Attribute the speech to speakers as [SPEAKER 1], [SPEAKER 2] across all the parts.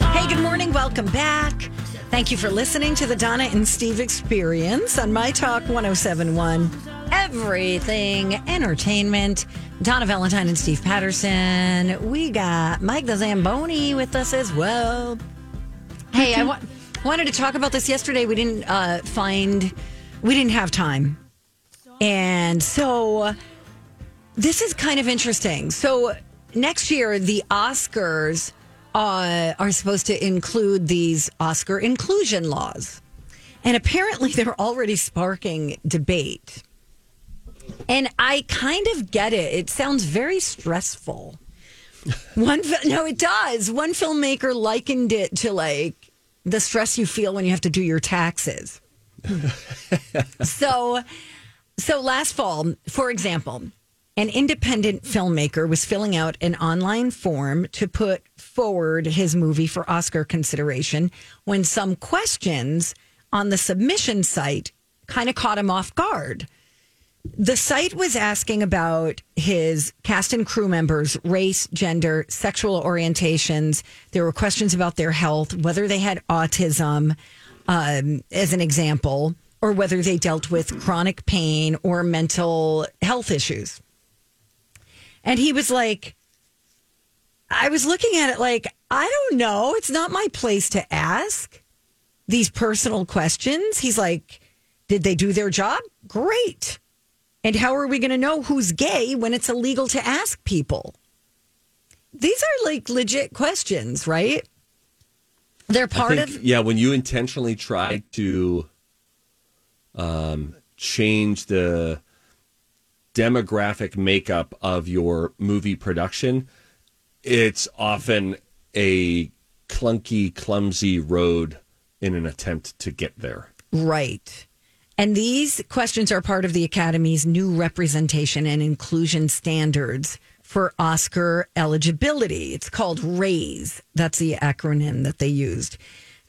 [SPEAKER 1] Hey, good morning. Welcome back. Thank you for listening to the Donna and Steve Experience on My Talk 1071. Everything entertainment. Donna Valentine and Steve Patterson. We got Mike the Zamboni with us as well. Hey, I wa- wanted to talk about this yesterday. We didn't uh, find, we didn't have time. And so this is kind of interesting. So next year, the Oscars uh, are supposed to include these Oscar inclusion laws. And apparently, they're already sparking debate. And I kind of get it. It sounds very stressful. One fi- no, it does. One filmmaker likened it to like the stress you feel when you have to do your taxes. so, so last fall, for example, an independent filmmaker was filling out an online form to put forward his movie for Oscar consideration when some questions on the submission site kind of caught him off guard. The site was asking about his cast and crew members' race, gender, sexual orientations. There were questions about their health, whether they had autism, um, as an example, or whether they dealt with chronic pain or mental health issues. And he was like, I was looking at it like, I don't know. It's not my place to ask these personal questions. He's like, Did they do their job? Great. And how are we going to know who's gay when it's illegal to ask people? These are like legit questions, right? They're part
[SPEAKER 2] think,
[SPEAKER 1] of.
[SPEAKER 2] yeah when you intentionally try to um, change the demographic makeup of your movie production it's often a clunky clumsy road in an attempt to get there
[SPEAKER 1] Right. And these questions are part of the Academy's new representation and inclusion standards for Oscar eligibility. It's called RAISE. That's the acronym that they used.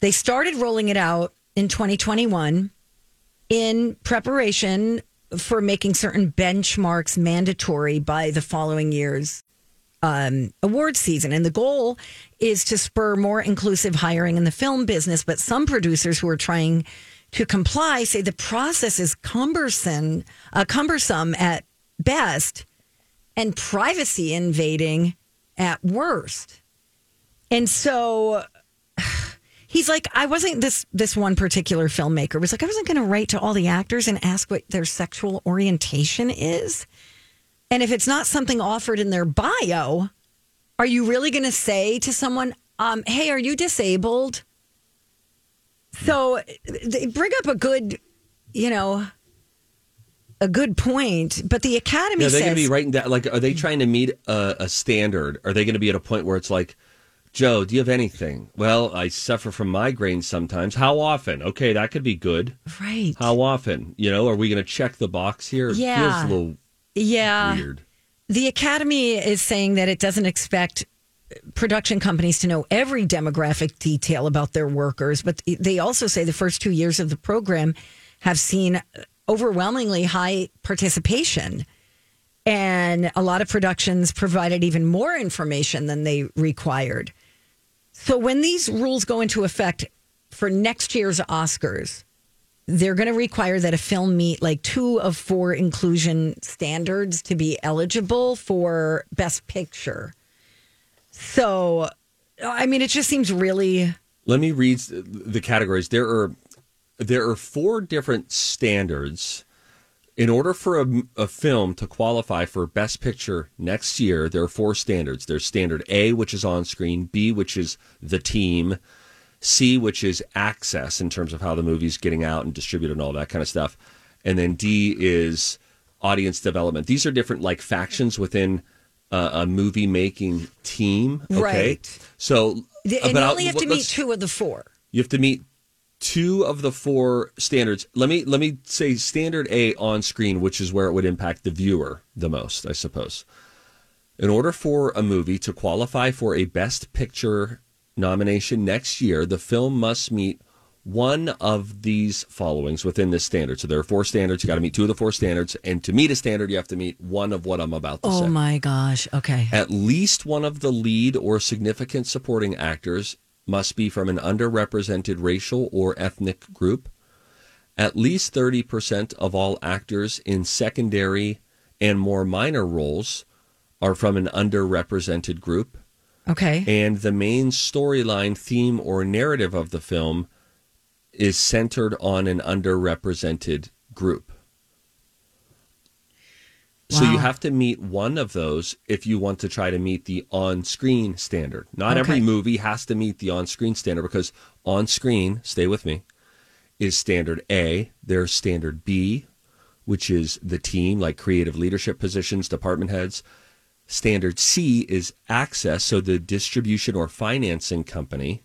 [SPEAKER 1] They started rolling it out in 2021 in preparation for making certain benchmarks mandatory by the following year's um, award season. And the goal is to spur more inclusive hiring in the film business. But some producers who are trying to comply say the process is cumbersome, uh, cumbersome at best, and privacy invading at worst. And so he's like, I wasn't this this one particular filmmaker was like, I wasn't going to write to all the actors and ask what their sexual orientation is. And if it's not something offered in their bio, are you really going to say to someone, um, hey, are you disabled? So they bring up a good, you know, a good point, but the Academy
[SPEAKER 2] Yeah, are they going
[SPEAKER 1] says
[SPEAKER 2] to be writing that? Like, are they trying to meet a, a standard? Are they going to be at a point where it's like, Joe, do you have anything? Well, I suffer from migraines sometimes. How often? Okay, that could be good.
[SPEAKER 1] right.
[SPEAKER 2] How often? You know, are we going to check the box here? It
[SPEAKER 1] Yeah. Uh,
[SPEAKER 2] feels a little
[SPEAKER 1] yeah.
[SPEAKER 2] weird.
[SPEAKER 1] The Academy is saying that it doesn't expect production companies to know every demographic detail about their workers, but they also say the first two years of the program have seen overwhelmingly high participation. And a lot of productions provided even more information than they required. So when these rules go into effect for next year's Oscars, they're going to require that a film meet like two of four inclusion standards to be eligible for best picture. So, I mean, it just seems really
[SPEAKER 2] Let me read the categories. There are there are four different standards. In order for a, a film to qualify for Best Picture next year, there are four standards. There's standard A, which is on screen, B, which is the team, C, which is access in terms of how the movie's getting out and distributed and all that kind of stuff. And then D is audience development. These are different like factions within uh, a movie making team. Okay.
[SPEAKER 1] Right.
[SPEAKER 2] So
[SPEAKER 1] The, and you
[SPEAKER 2] But I'll-
[SPEAKER 1] only have to meet
[SPEAKER 2] let's-
[SPEAKER 1] two of the four.
[SPEAKER 2] You have to meet two of the four standards. Let me let me say standard A on screen, which is where it would impact the viewer the most, I suppose. In order for a movie to qualify for a Best Picture nomination next year, the film must meet one of these followings within this standard. So there are four standards. You got to meet two of the four standards, and to meet a standard, you have to meet one of what I'm about to
[SPEAKER 1] Oh
[SPEAKER 2] say
[SPEAKER 1] my gosh. Okay.
[SPEAKER 2] at least one of the lead or significant supporting actors must be from an underrepresented racial or ethnic group. At least 30% of all actors in secondary and more minor roles are from an underrepresented group.
[SPEAKER 1] Okay.
[SPEAKER 2] And the main storyline, theme, or narrative of the film is centered on an underrepresented group. So
[SPEAKER 1] Wow.
[SPEAKER 2] you have to meet one of those if you want to try to meet the on-screen standard. Not every
[SPEAKER 1] Okay.
[SPEAKER 2] movie has to meet the on-screen standard because on-screen, stay with me, is standard A. There's standard B, which is the team, like creative leadership positions, department heads. Standard C is access, so the distribution or financing company.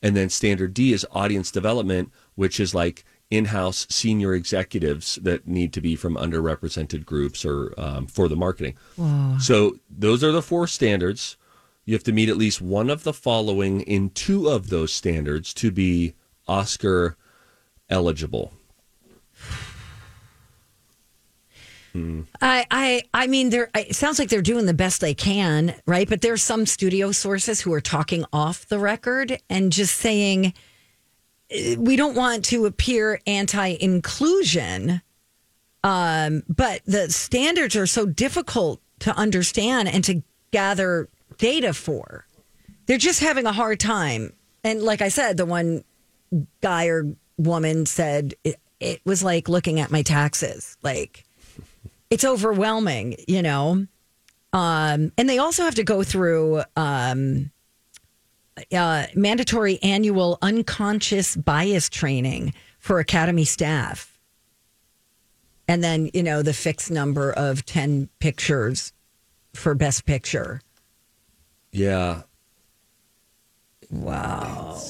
[SPEAKER 2] And then standard D is audience development, which is like in house senior executives that need to be from underrepresented groups or um, for the marketing. So those are the four standards. You have to meet at least one of the following in two of those standards to be Oscar eligible.
[SPEAKER 1] I, I, I mean, they're, I- it sounds like they're doing the best they can, right? But there's some studio sources who are talking off the record and just saying eh, we don't want to appear anti-inclusion, um, but the standards are so difficult to understand and to gather data for. They're just having a hard time. And like I said, the one guy or woman said it, it was like looking at my taxes, like it's overwhelming, you know. Um, and they also have to go through um, uh, mandatory annual unconscious bias training for academy staff, and then you know the fixed number of ten pictures for best picture.
[SPEAKER 2] Yeah.
[SPEAKER 1] Wow.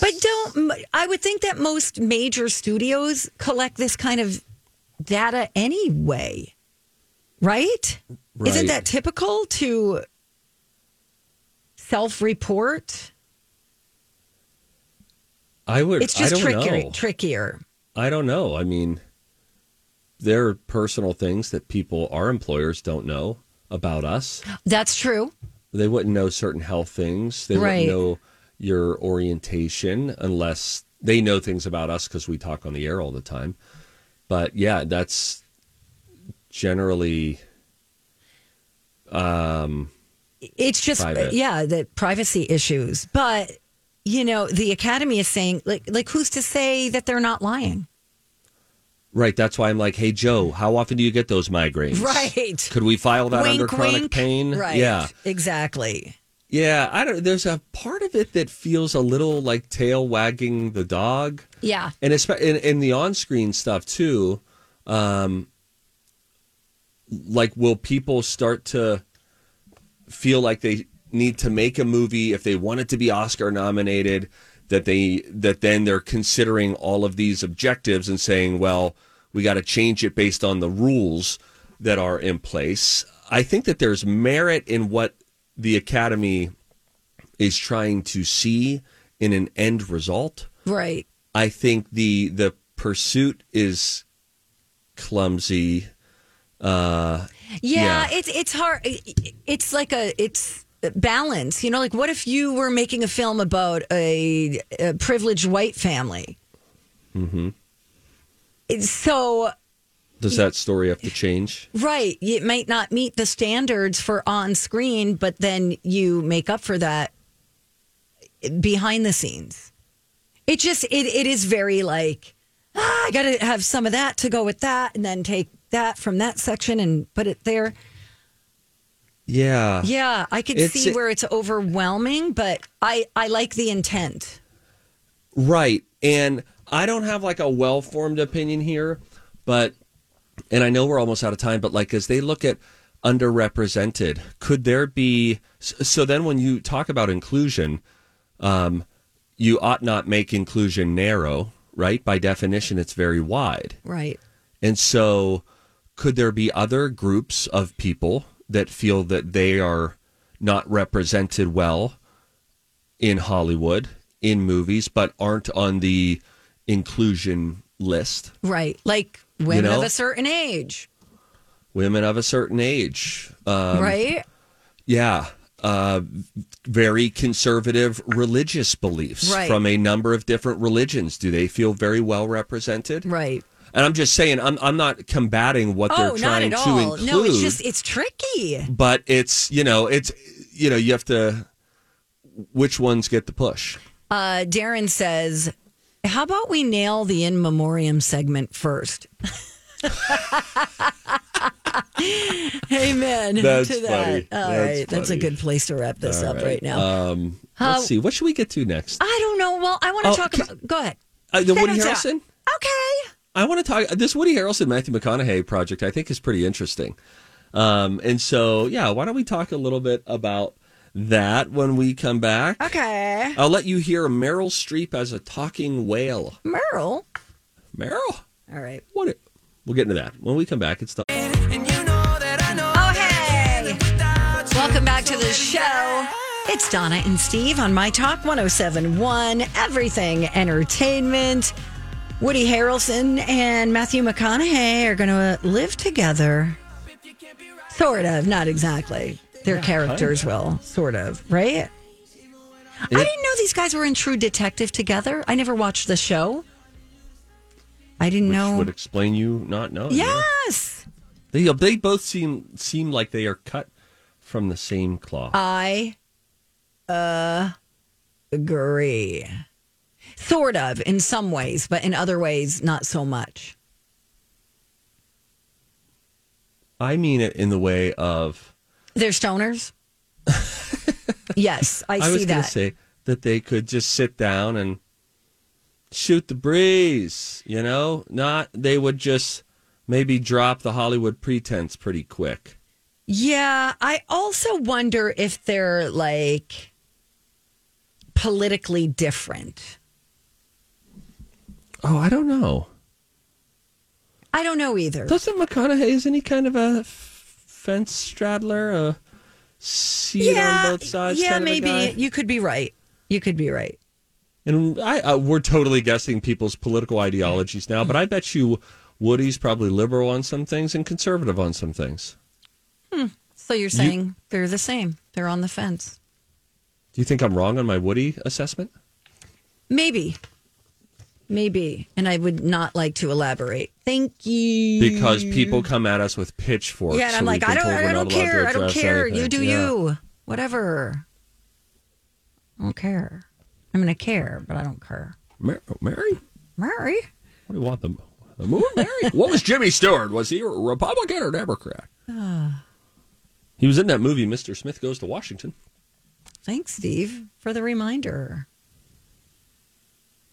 [SPEAKER 1] But don't I would think that most major studios collect this kind of data anyway, right? Isn't
[SPEAKER 2] Right.
[SPEAKER 1] that typical to self-report?
[SPEAKER 2] I would
[SPEAKER 1] It's just
[SPEAKER 2] I don't
[SPEAKER 1] trickier.
[SPEAKER 2] know.
[SPEAKER 1] Trickier.
[SPEAKER 2] I don't know. I mean, there are personal things that people, our employers, don't know about us.
[SPEAKER 1] That's true.
[SPEAKER 2] They wouldn't know certain health things. They
[SPEAKER 1] Right.
[SPEAKER 2] wouldn't know your orientation unless they know things about us because we talk on the air all the time. But yeah, that's generally
[SPEAKER 1] It's just
[SPEAKER 2] Private.
[SPEAKER 1] yeah, the privacy issues. But you know, the academy is saying like like who's to say that they're not lying?
[SPEAKER 2] right. That's why I'm like, hey, Joe, how often do you get those migraines?
[SPEAKER 1] Right.
[SPEAKER 2] Could we file that under
[SPEAKER 1] wink
[SPEAKER 2] chronic
[SPEAKER 1] wink.
[SPEAKER 2] pain?
[SPEAKER 1] Right.
[SPEAKER 2] Yeah.
[SPEAKER 1] Exactly.
[SPEAKER 2] Yeah, I don't. There's a part of it that feels a little like tail wagging the dog,
[SPEAKER 1] Yeah.
[SPEAKER 2] and it's in, in the on-screen stuff too. Um, like, will people start to feel like they need to make a movie if they want it to be Oscar nominated? That they that then they're considering all of these objectives and saying, well, we got to change it based on the rules that are in place. I think that there's merit in what the Academy is trying to see in an end result.
[SPEAKER 1] Right.
[SPEAKER 2] I think the the pursuit is clumsy. Uh,
[SPEAKER 1] Yeah,
[SPEAKER 2] Yeah.
[SPEAKER 1] it's it's hard. It's like a it's balance. You know, like what if you were making a film about a, a privileged white family? Mm-hmm. So
[SPEAKER 2] does that story have to change?
[SPEAKER 1] right, it might not meet the standards for on screen, but then you make up for that behind the scenes. It just it it is very like ah, I got to have some of that to go with that, and then take that from that section and put it there.
[SPEAKER 2] Yeah.
[SPEAKER 1] Yeah, I could
[SPEAKER 2] It's-
[SPEAKER 1] see where it's overwhelming, but I I like the intent.
[SPEAKER 2] Right. And I don't have like a well formed opinion here, but, and I know we're almost out of time, but like as they look at underrepresented? Could there be so then when you talk about inclusion, um, you ought not make inclusion narrow, right? By definition, it's very wide.
[SPEAKER 1] Right.
[SPEAKER 2] And so, could there be other groups of people that feel that they are not represented well in Hollywood, in movies, but aren't on the inclusion list?
[SPEAKER 1] Right. Like women
[SPEAKER 2] know?
[SPEAKER 1] of a certain age.
[SPEAKER 2] Women of a certain age. Um,
[SPEAKER 1] right.
[SPEAKER 2] Yeah. Uh, very conservative religious beliefs
[SPEAKER 1] Right.
[SPEAKER 2] from a number of different religions. Do they feel very well represented?
[SPEAKER 1] Right.
[SPEAKER 2] And I'm just saying, I'm, I'm not combating what they're
[SPEAKER 1] Oh, not
[SPEAKER 2] trying
[SPEAKER 1] at
[SPEAKER 2] to
[SPEAKER 1] all.
[SPEAKER 2] include.
[SPEAKER 1] No, it's just it's tricky.
[SPEAKER 2] but it's you know it's you know you have to which ones get the push
[SPEAKER 1] Uh, Darren says, "How about we nail the in memoriam segment first? Amen
[SPEAKER 2] That's
[SPEAKER 1] to that.
[SPEAKER 2] funny.
[SPEAKER 1] All
[SPEAKER 2] That's
[SPEAKER 1] right, that's a
[SPEAKER 2] funny.
[SPEAKER 1] good place to wrap this up right, now.
[SPEAKER 2] um
[SPEAKER 1] Uh,
[SPEAKER 2] let's see what should we get to next
[SPEAKER 1] I don't know. Well, I want to
[SPEAKER 2] Oh,
[SPEAKER 1] talk
[SPEAKER 2] ca-
[SPEAKER 1] about. Go ahead.
[SPEAKER 2] uh, the woody
[SPEAKER 1] Senator.
[SPEAKER 2] harrelson
[SPEAKER 1] Okay.
[SPEAKER 2] i want to talk this woody harrelson matthew mcconaughey project i think is pretty interesting um and so yeah why don't we talk a little bit about that when we come back
[SPEAKER 1] Okay.
[SPEAKER 2] i'll let you hear meryl streep as a talking whale
[SPEAKER 1] Merle.
[SPEAKER 2] meryl
[SPEAKER 1] All right.
[SPEAKER 2] what it, we'll get into that when we come back it's the
[SPEAKER 1] Oh, hey. Welcome back to the show. It's Donna and Steve on My Talk 1071, Everything Entertainment. Woody Harrelson and Matthew McConaughey are going to live together. Sort of, not exactly. Their characters will, sort of, right? I
[SPEAKER 2] Yeah.
[SPEAKER 1] didn't know these guys were in True Detective together. I never watched the show. I didn't
[SPEAKER 2] which
[SPEAKER 1] know.
[SPEAKER 2] would explain you not knowing yeah.
[SPEAKER 1] yes.
[SPEAKER 2] They uh, they both seem seem like they are cut from the same cloth.
[SPEAKER 1] I uh, agree. Sort of in some ways, but in other ways, not so much.
[SPEAKER 2] I mean it in the way of
[SPEAKER 1] They're stoners. yes, I,
[SPEAKER 2] I, was
[SPEAKER 1] see
[SPEAKER 2] going
[SPEAKER 1] that.
[SPEAKER 2] to say that they could just sit down and shoot the breeze. You know, not they would just maybe drop the Hollywood pretense pretty quick.
[SPEAKER 1] yeah, I also wonder if they're like politically different.
[SPEAKER 2] Oh, I don't know.
[SPEAKER 1] I don't know either.
[SPEAKER 2] Doesn't McConaughey is any kind of a f- fence straddler? A see it on both sides?
[SPEAKER 1] yeah,
[SPEAKER 2] kind of a
[SPEAKER 1] maybe
[SPEAKER 2] guy?
[SPEAKER 1] you could be right. You could be right.
[SPEAKER 2] And I, uh, we're totally guessing people's political ideologies now, but I bet you Woody's probably liberal on some things and conservative on some things.
[SPEAKER 1] So you're saying they're the same? They're on the fence?
[SPEAKER 2] Do you think I'm wrong on my Woody assessment?
[SPEAKER 1] Maybe. Maybe. And I would not like to elaborate. Thank you.
[SPEAKER 2] Because people come at us with pitchforks.
[SPEAKER 1] yeah, and I'm
[SPEAKER 2] so we've
[SPEAKER 1] like, I
[SPEAKER 2] been
[SPEAKER 1] don't,
[SPEAKER 2] told we're
[SPEAKER 1] I don't
[SPEAKER 2] not allowed to
[SPEAKER 1] care. I don't
[SPEAKER 2] address
[SPEAKER 1] care. You
[SPEAKER 2] anything.
[SPEAKER 1] do
[SPEAKER 2] Yeah.
[SPEAKER 1] you. Whatever. I don't care. I'm going to care, but I don't care.
[SPEAKER 2] Mar- uh, Mary, what
[SPEAKER 1] Mary?
[SPEAKER 2] do you want them? The moon, Mary. what was Jimmy Stewart? Was he a Republican or Democrat?
[SPEAKER 1] Ah.
[SPEAKER 2] he was in that movie, Mr. Smith Goes to Washington.
[SPEAKER 1] Thanks, Steve, for the reminder.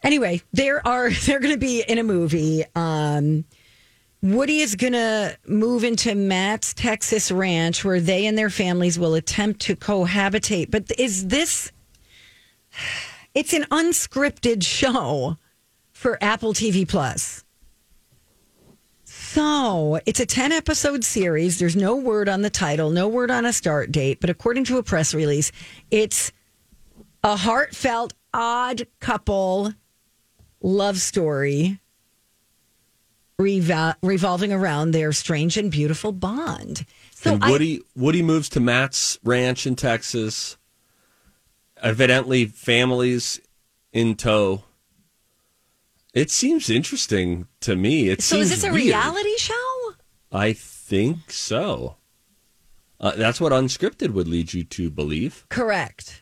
[SPEAKER 1] Anyway, there are they're going to be in a movie. Um, Woody is going to move into Matt's Texas ranch, where they and their families will attempt to cohabitate. But is this? It's an unscripted show for Apple TV Plus. So it's a 10 episode series. There's no word on the title, no word on a start date, but according to a press release, it's a heartfelt, odd couple love story revol- revolving around their strange and beautiful bond. So
[SPEAKER 2] and
[SPEAKER 1] I-
[SPEAKER 2] Woody Woody moves to Matt's ranch in Texas. Evidently, families in tow. It seems interesting to me. It
[SPEAKER 1] so is
[SPEAKER 2] seems
[SPEAKER 1] this a
[SPEAKER 2] weird.
[SPEAKER 1] reality show?
[SPEAKER 2] I think so. Uh, that's what unscripted would lead you to believe.
[SPEAKER 1] Correct.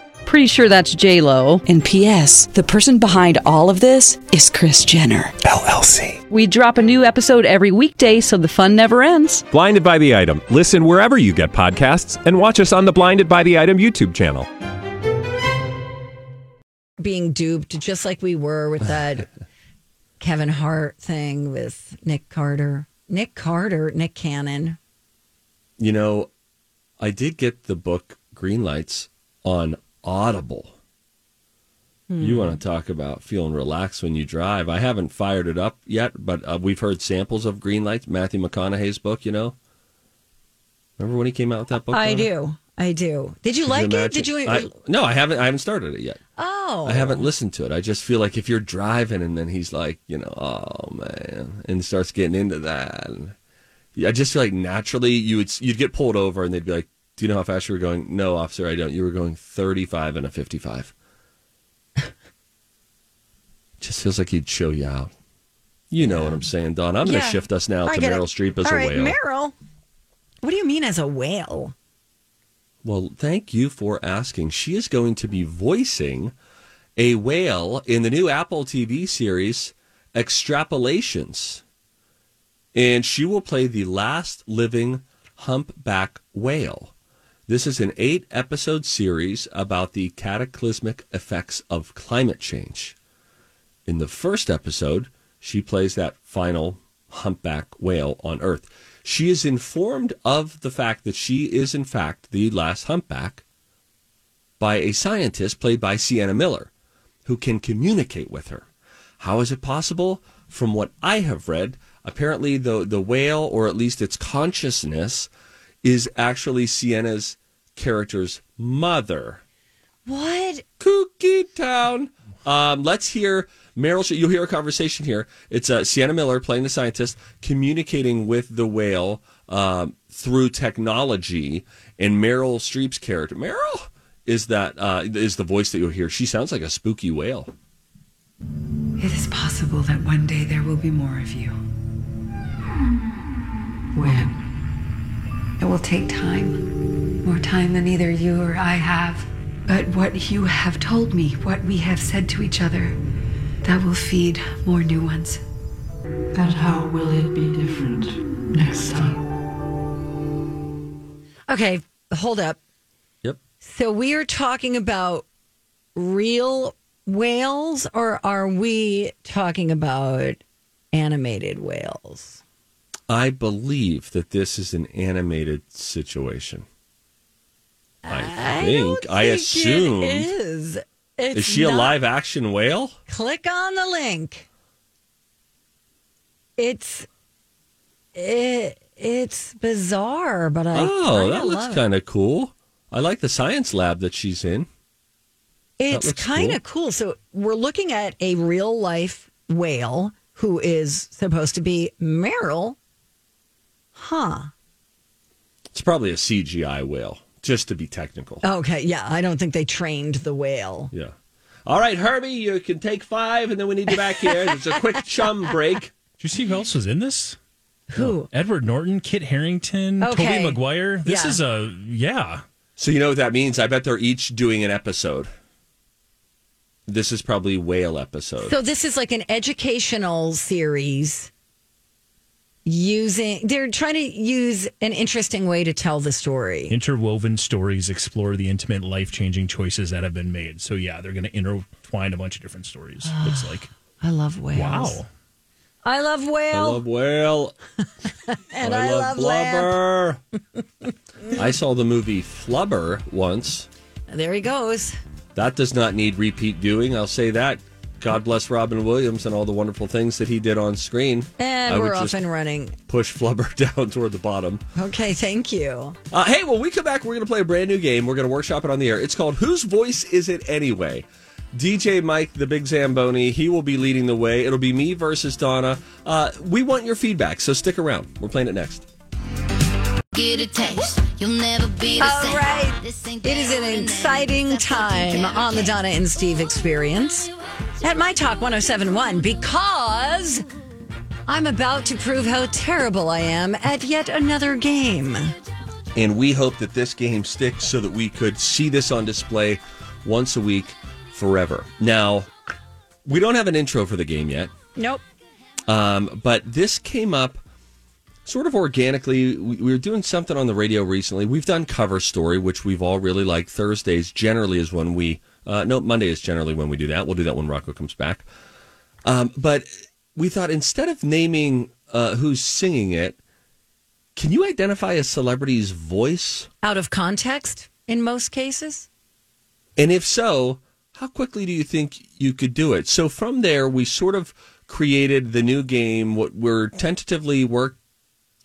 [SPEAKER 3] Pretty sure that's J Lo.
[SPEAKER 4] And P.S. The person behind all of this is Chris Jenner.
[SPEAKER 5] LLC.
[SPEAKER 3] We drop a new episode every weekday, so the fun never ends.
[SPEAKER 5] Blinded by the Item. Listen wherever you get podcasts and watch us on the Blinded by the Item YouTube channel.
[SPEAKER 1] being duped, just like we were with that Kevin Hart thing with Nick Carter. Nick Carter, Nick Cannon.
[SPEAKER 2] You know, I did get the book Green Lights on Audible.
[SPEAKER 1] Hmm.
[SPEAKER 2] You want to talk about feeling relaxed when you drive? I haven't fired it up yet, but uh, we've heard samples of Green Lights, Matthew McConaughey's book. You know, remember when he came out with that book?
[SPEAKER 1] I
[SPEAKER 2] Donna?
[SPEAKER 1] do. I do. Did you
[SPEAKER 2] Could
[SPEAKER 1] like it?
[SPEAKER 2] imagine?
[SPEAKER 1] Did you? e-,
[SPEAKER 2] I, no, I haven't. I haven't started it yet.
[SPEAKER 1] oh.
[SPEAKER 2] I haven't listened to it. I just feel like if you're driving and then he's like, you know, oh man, and starts getting into that. And I just feel like naturally you would you'd get pulled over and they'd be like, "Do you know how fast you were going?" No, officer, I don't. You were going 35 and a 55. just feels like he'd show you out. You know what I'm saying, Don? I'm going
[SPEAKER 1] Yeah.
[SPEAKER 2] to shift us now
[SPEAKER 1] I
[SPEAKER 2] to
[SPEAKER 1] get it.
[SPEAKER 2] Meryl Streep as
[SPEAKER 1] All
[SPEAKER 2] a
[SPEAKER 1] right,
[SPEAKER 2] whale.
[SPEAKER 1] Meryl. What do you mean as a whale?
[SPEAKER 2] Well, thank you for asking. She is going to be voicing a whale in the new Apple TV series Extrapolations. And she will play the last living humpback whale. This is an eight episode series about the cataclysmic effects of climate change. In the first episode, she plays that final humpback whale on Earth. She is informed of the fact that she is, in fact, the last humpback by a scientist played by Sienna Miller, who can communicate with her. How is it possible? From what I have read, apparently the, the whale, or at least its consciousness, is actually Sienna's character's mother.
[SPEAKER 1] What?
[SPEAKER 2] Kooky Town. Um, let's hear Meryl. Streep- You'll hear a conversation here. It's uh, Sienna Miller playing the scientist, communicating with the whale um, through technology, and Meryl Streep's character. Meryl is that uh, is the voice that you'll hear. She sounds like a spooky whale.
[SPEAKER 6] It is possible that one day there will be more of you. When? It will take time. More time than either you or I have. But what you have told me, what we have said to each other, that will feed more new ones.
[SPEAKER 7] And how will it be different next time?
[SPEAKER 1] Okay, hold up.
[SPEAKER 2] Yep.
[SPEAKER 1] So we are talking about real whales, or are we talking about animated whales?
[SPEAKER 2] I believe that this is an animated situation. I think. I,
[SPEAKER 1] think
[SPEAKER 2] assume.
[SPEAKER 1] it is. It's
[SPEAKER 2] Is she a
[SPEAKER 1] not-
[SPEAKER 2] live action whale?
[SPEAKER 1] Click on the link. It's it, it's bizarre, but I
[SPEAKER 2] Oh, that
[SPEAKER 1] of.
[SPEAKER 2] looks kind of cool. I like the science lab that she's in.
[SPEAKER 1] It's
[SPEAKER 2] looks
[SPEAKER 1] kind of cool. So we're looking at a real life whale who is supposed to be Meryl. Huh.
[SPEAKER 2] It's probably a CGI whale, just to be technical.
[SPEAKER 1] Okay. Yeah. I don't think they trained the whale.
[SPEAKER 2] Yeah. All right, Herbie, you can take five, and then we need you back here. There's a quick chum break.
[SPEAKER 8] Do you see who else was in this?
[SPEAKER 1] Who?
[SPEAKER 8] Edward Norton, Kit Harrington,
[SPEAKER 1] Okay.
[SPEAKER 8] Toby Maguire. This
[SPEAKER 1] Yeah.
[SPEAKER 8] is a yeah.
[SPEAKER 2] So you know what that means? I bet they're each doing an episode. This is probably whale episode.
[SPEAKER 1] So this is like an educational series using, they're trying to use an interesting way to tell the story.
[SPEAKER 8] Interwoven stories explore the intimate, life changing choices that have been made. So yeah, they're going to intertwine a bunch of different stories. Looks like
[SPEAKER 1] I love whales.
[SPEAKER 8] wow.
[SPEAKER 1] I love whale.
[SPEAKER 2] I love whale.
[SPEAKER 1] and
[SPEAKER 2] I, love,
[SPEAKER 1] lamp.
[SPEAKER 2] blubber. I saw the movie Flubber once.
[SPEAKER 1] There he goes.
[SPEAKER 2] That does not need repeat viewing. I'll say that. God bless Robin Williams and all the wonderful things that he did on screen.
[SPEAKER 1] And
[SPEAKER 2] I would
[SPEAKER 1] Eh, we're off
[SPEAKER 2] just
[SPEAKER 1] and running.
[SPEAKER 2] push Flubber down toward the bottom.
[SPEAKER 1] Okay. Thank you.
[SPEAKER 2] Uh, hey, when we come back, we're going to play a brand new game. We're going to workshop it on the air. It's called Whose Voice Is It Anyway? DJ Mike, the big Zamboni, he will be leading the way. It'll be me versus Donna. Uh, we want your feedback, so stick around. We're playing it next.
[SPEAKER 9] Get a taste. You'll never be the
[SPEAKER 1] All
[SPEAKER 9] same.
[SPEAKER 1] right.
[SPEAKER 9] This ain't
[SPEAKER 1] It is an
[SPEAKER 9] ordinary.
[SPEAKER 1] exciting
[SPEAKER 9] It's a fucking
[SPEAKER 1] time on the
[SPEAKER 9] carrot
[SPEAKER 1] Donna and Steve experience at My Talk 1071 because I'm about to prove how terrible I am at yet another game.
[SPEAKER 2] And we hope that this game sticks so that we could see this on display once a week forever. Now, we don't have an intro for the game yet,
[SPEAKER 1] Nope.
[SPEAKER 2] um, but this came up sort of organically. We, we were doing something on the radio recently. We've done cover story, which we've all really liked. Thursdays generally is when we, uh, no, Monday is generally when we do that. We'll do that when Rocco comes back. Um, but we thought instead of naming uh, who's singing it, can you identify a celebrity's voice?
[SPEAKER 1] Out of context in most cases.
[SPEAKER 2] And if so, how quickly do you think you could do it? So from there, we sort of created the new game, what we're tentatively work,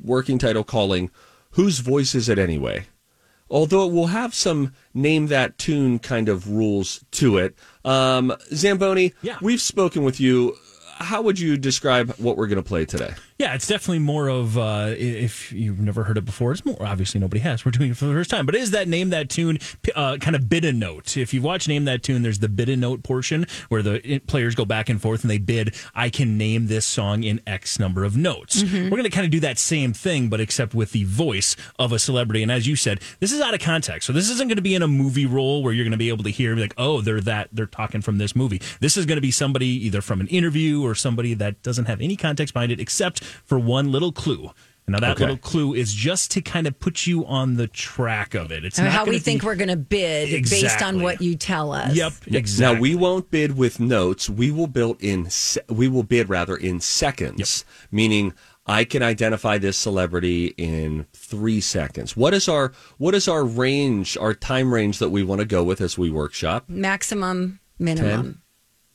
[SPEAKER 2] working title calling Whose Voice Is It Anyway? Although it will have some name that tune kind of rules to it. Um, Zamboni,
[SPEAKER 8] Yeah.
[SPEAKER 2] we've spoken with you. How would you describe what we're going to play today?
[SPEAKER 8] Yeah, it's definitely more of uh, if you've never heard it before. It's more obviously nobody has. We're doing it for the first time, but it is that name that tune p- uh, kind of bid a note? If you watch name that tune, there's the bid a note portion where the i- players go back and forth and they bid. I can name this song in X number of notes. We're going to kind of do that same thing, but except with the voice of a celebrity. And as you said, this is out of context, so this isn't going to be in a movie role where you're going to be able to hear like, oh, they're that they're talking from this movie. This is going to be somebody either from an interview or somebody that doesn't have any context behind it, except for one little clue. Now that
[SPEAKER 2] Okay.
[SPEAKER 8] little clue is just to kind of put you on the track of it. It's
[SPEAKER 1] Or
[SPEAKER 8] not
[SPEAKER 1] how
[SPEAKER 8] gonna
[SPEAKER 1] we think
[SPEAKER 8] be-
[SPEAKER 1] we're going to bid based on
[SPEAKER 8] Exactly.
[SPEAKER 1] what you tell us.
[SPEAKER 8] Yep,
[SPEAKER 2] Now
[SPEAKER 8] exactly.
[SPEAKER 2] we won't bid with notes. We will build in. Se- we will bid rather in seconds, meaning I can identify this celebrity in three seconds. What is our what is our range, our time range that we want to go with as we workshop?
[SPEAKER 1] Maximum, minimum.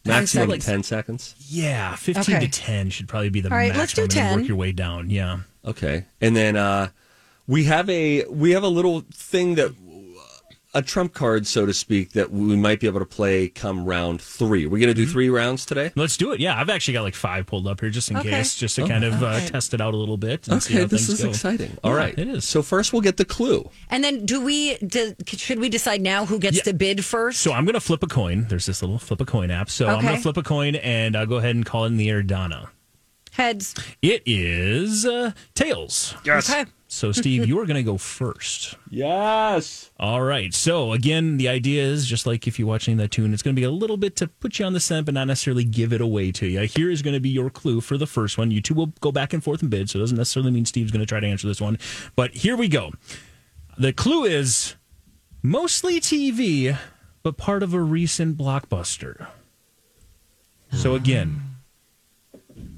[SPEAKER 2] Maximum
[SPEAKER 1] seconds.
[SPEAKER 2] ten seconds.
[SPEAKER 8] yeah, fifteen
[SPEAKER 1] Okay.
[SPEAKER 8] to ten should probably be the
[SPEAKER 1] All right,
[SPEAKER 8] maximum.
[SPEAKER 1] let's do
[SPEAKER 8] and then
[SPEAKER 1] 10.
[SPEAKER 8] Work your way down. Yeah.
[SPEAKER 2] Okay, and then uh, we have a we have a little thing that a trump card, so to speak, that we might be able to play come round three. We're gonna do
[SPEAKER 8] Mm-hmm.
[SPEAKER 2] three rounds today.
[SPEAKER 8] Let's do it. Yeah, I've actually got like five pulled up here just in
[SPEAKER 1] Okay.
[SPEAKER 8] case, just to kind of uh, test it out a little bit. And
[SPEAKER 2] Oh.
[SPEAKER 8] see
[SPEAKER 2] Okay,
[SPEAKER 8] how
[SPEAKER 2] this
[SPEAKER 8] things
[SPEAKER 2] is
[SPEAKER 8] go.
[SPEAKER 2] exciting. All
[SPEAKER 8] Yeah,
[SPEAKER 2] right,
[SPEAKER 8] it is.
[SPEAKER 2] So first, we'll get the clue.
[SPEAKER 1] And then do we, do, should we decide now who gets
[SPEAKER 8] Yeah.
[SPEAKER 1] to bid first?
[SPEAKER 8] So I'm going to flip a coin. There's this little flip a coin app. So I'm
[SPEAKER 1] Okay.
[SPEAKER 8] going to flip a coin and I'll go ahead and call in the air Donna.
[SPEAKER 1] Heads.
[SPEAKER 8] It is uh, tails.
[SPEAKER 1] Okay.
[SPEAKER 8] So Steve, you are going to go first.
[SPEAKER 2] Yes.
[SPEAKER 8] All right. So again, the idea is just like if you're watching that tune, it's going to be a little bit to put you on the scent, but not necessarily give it away to you. Here is going to be your clue for the first one. You two will go back and forth and bid, so it doesn't necessarily mean Steve's going to try to answer this one. But here we go. The clue is mostly TV, but part of a recent blockbuster. So again,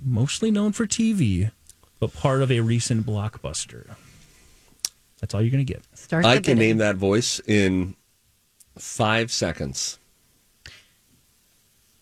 [SPEAKER 8] mostly known for TV, but part of a recent blockbuster. That's all you're going to get.
[SPEAKER 1] Start
[SPEAKER 2] I
[SPEAKER 1] the
[SPEAKER 2] can
[SPEAKER 1] bidding.
[SPEAKER 2] name that voice in five seconds.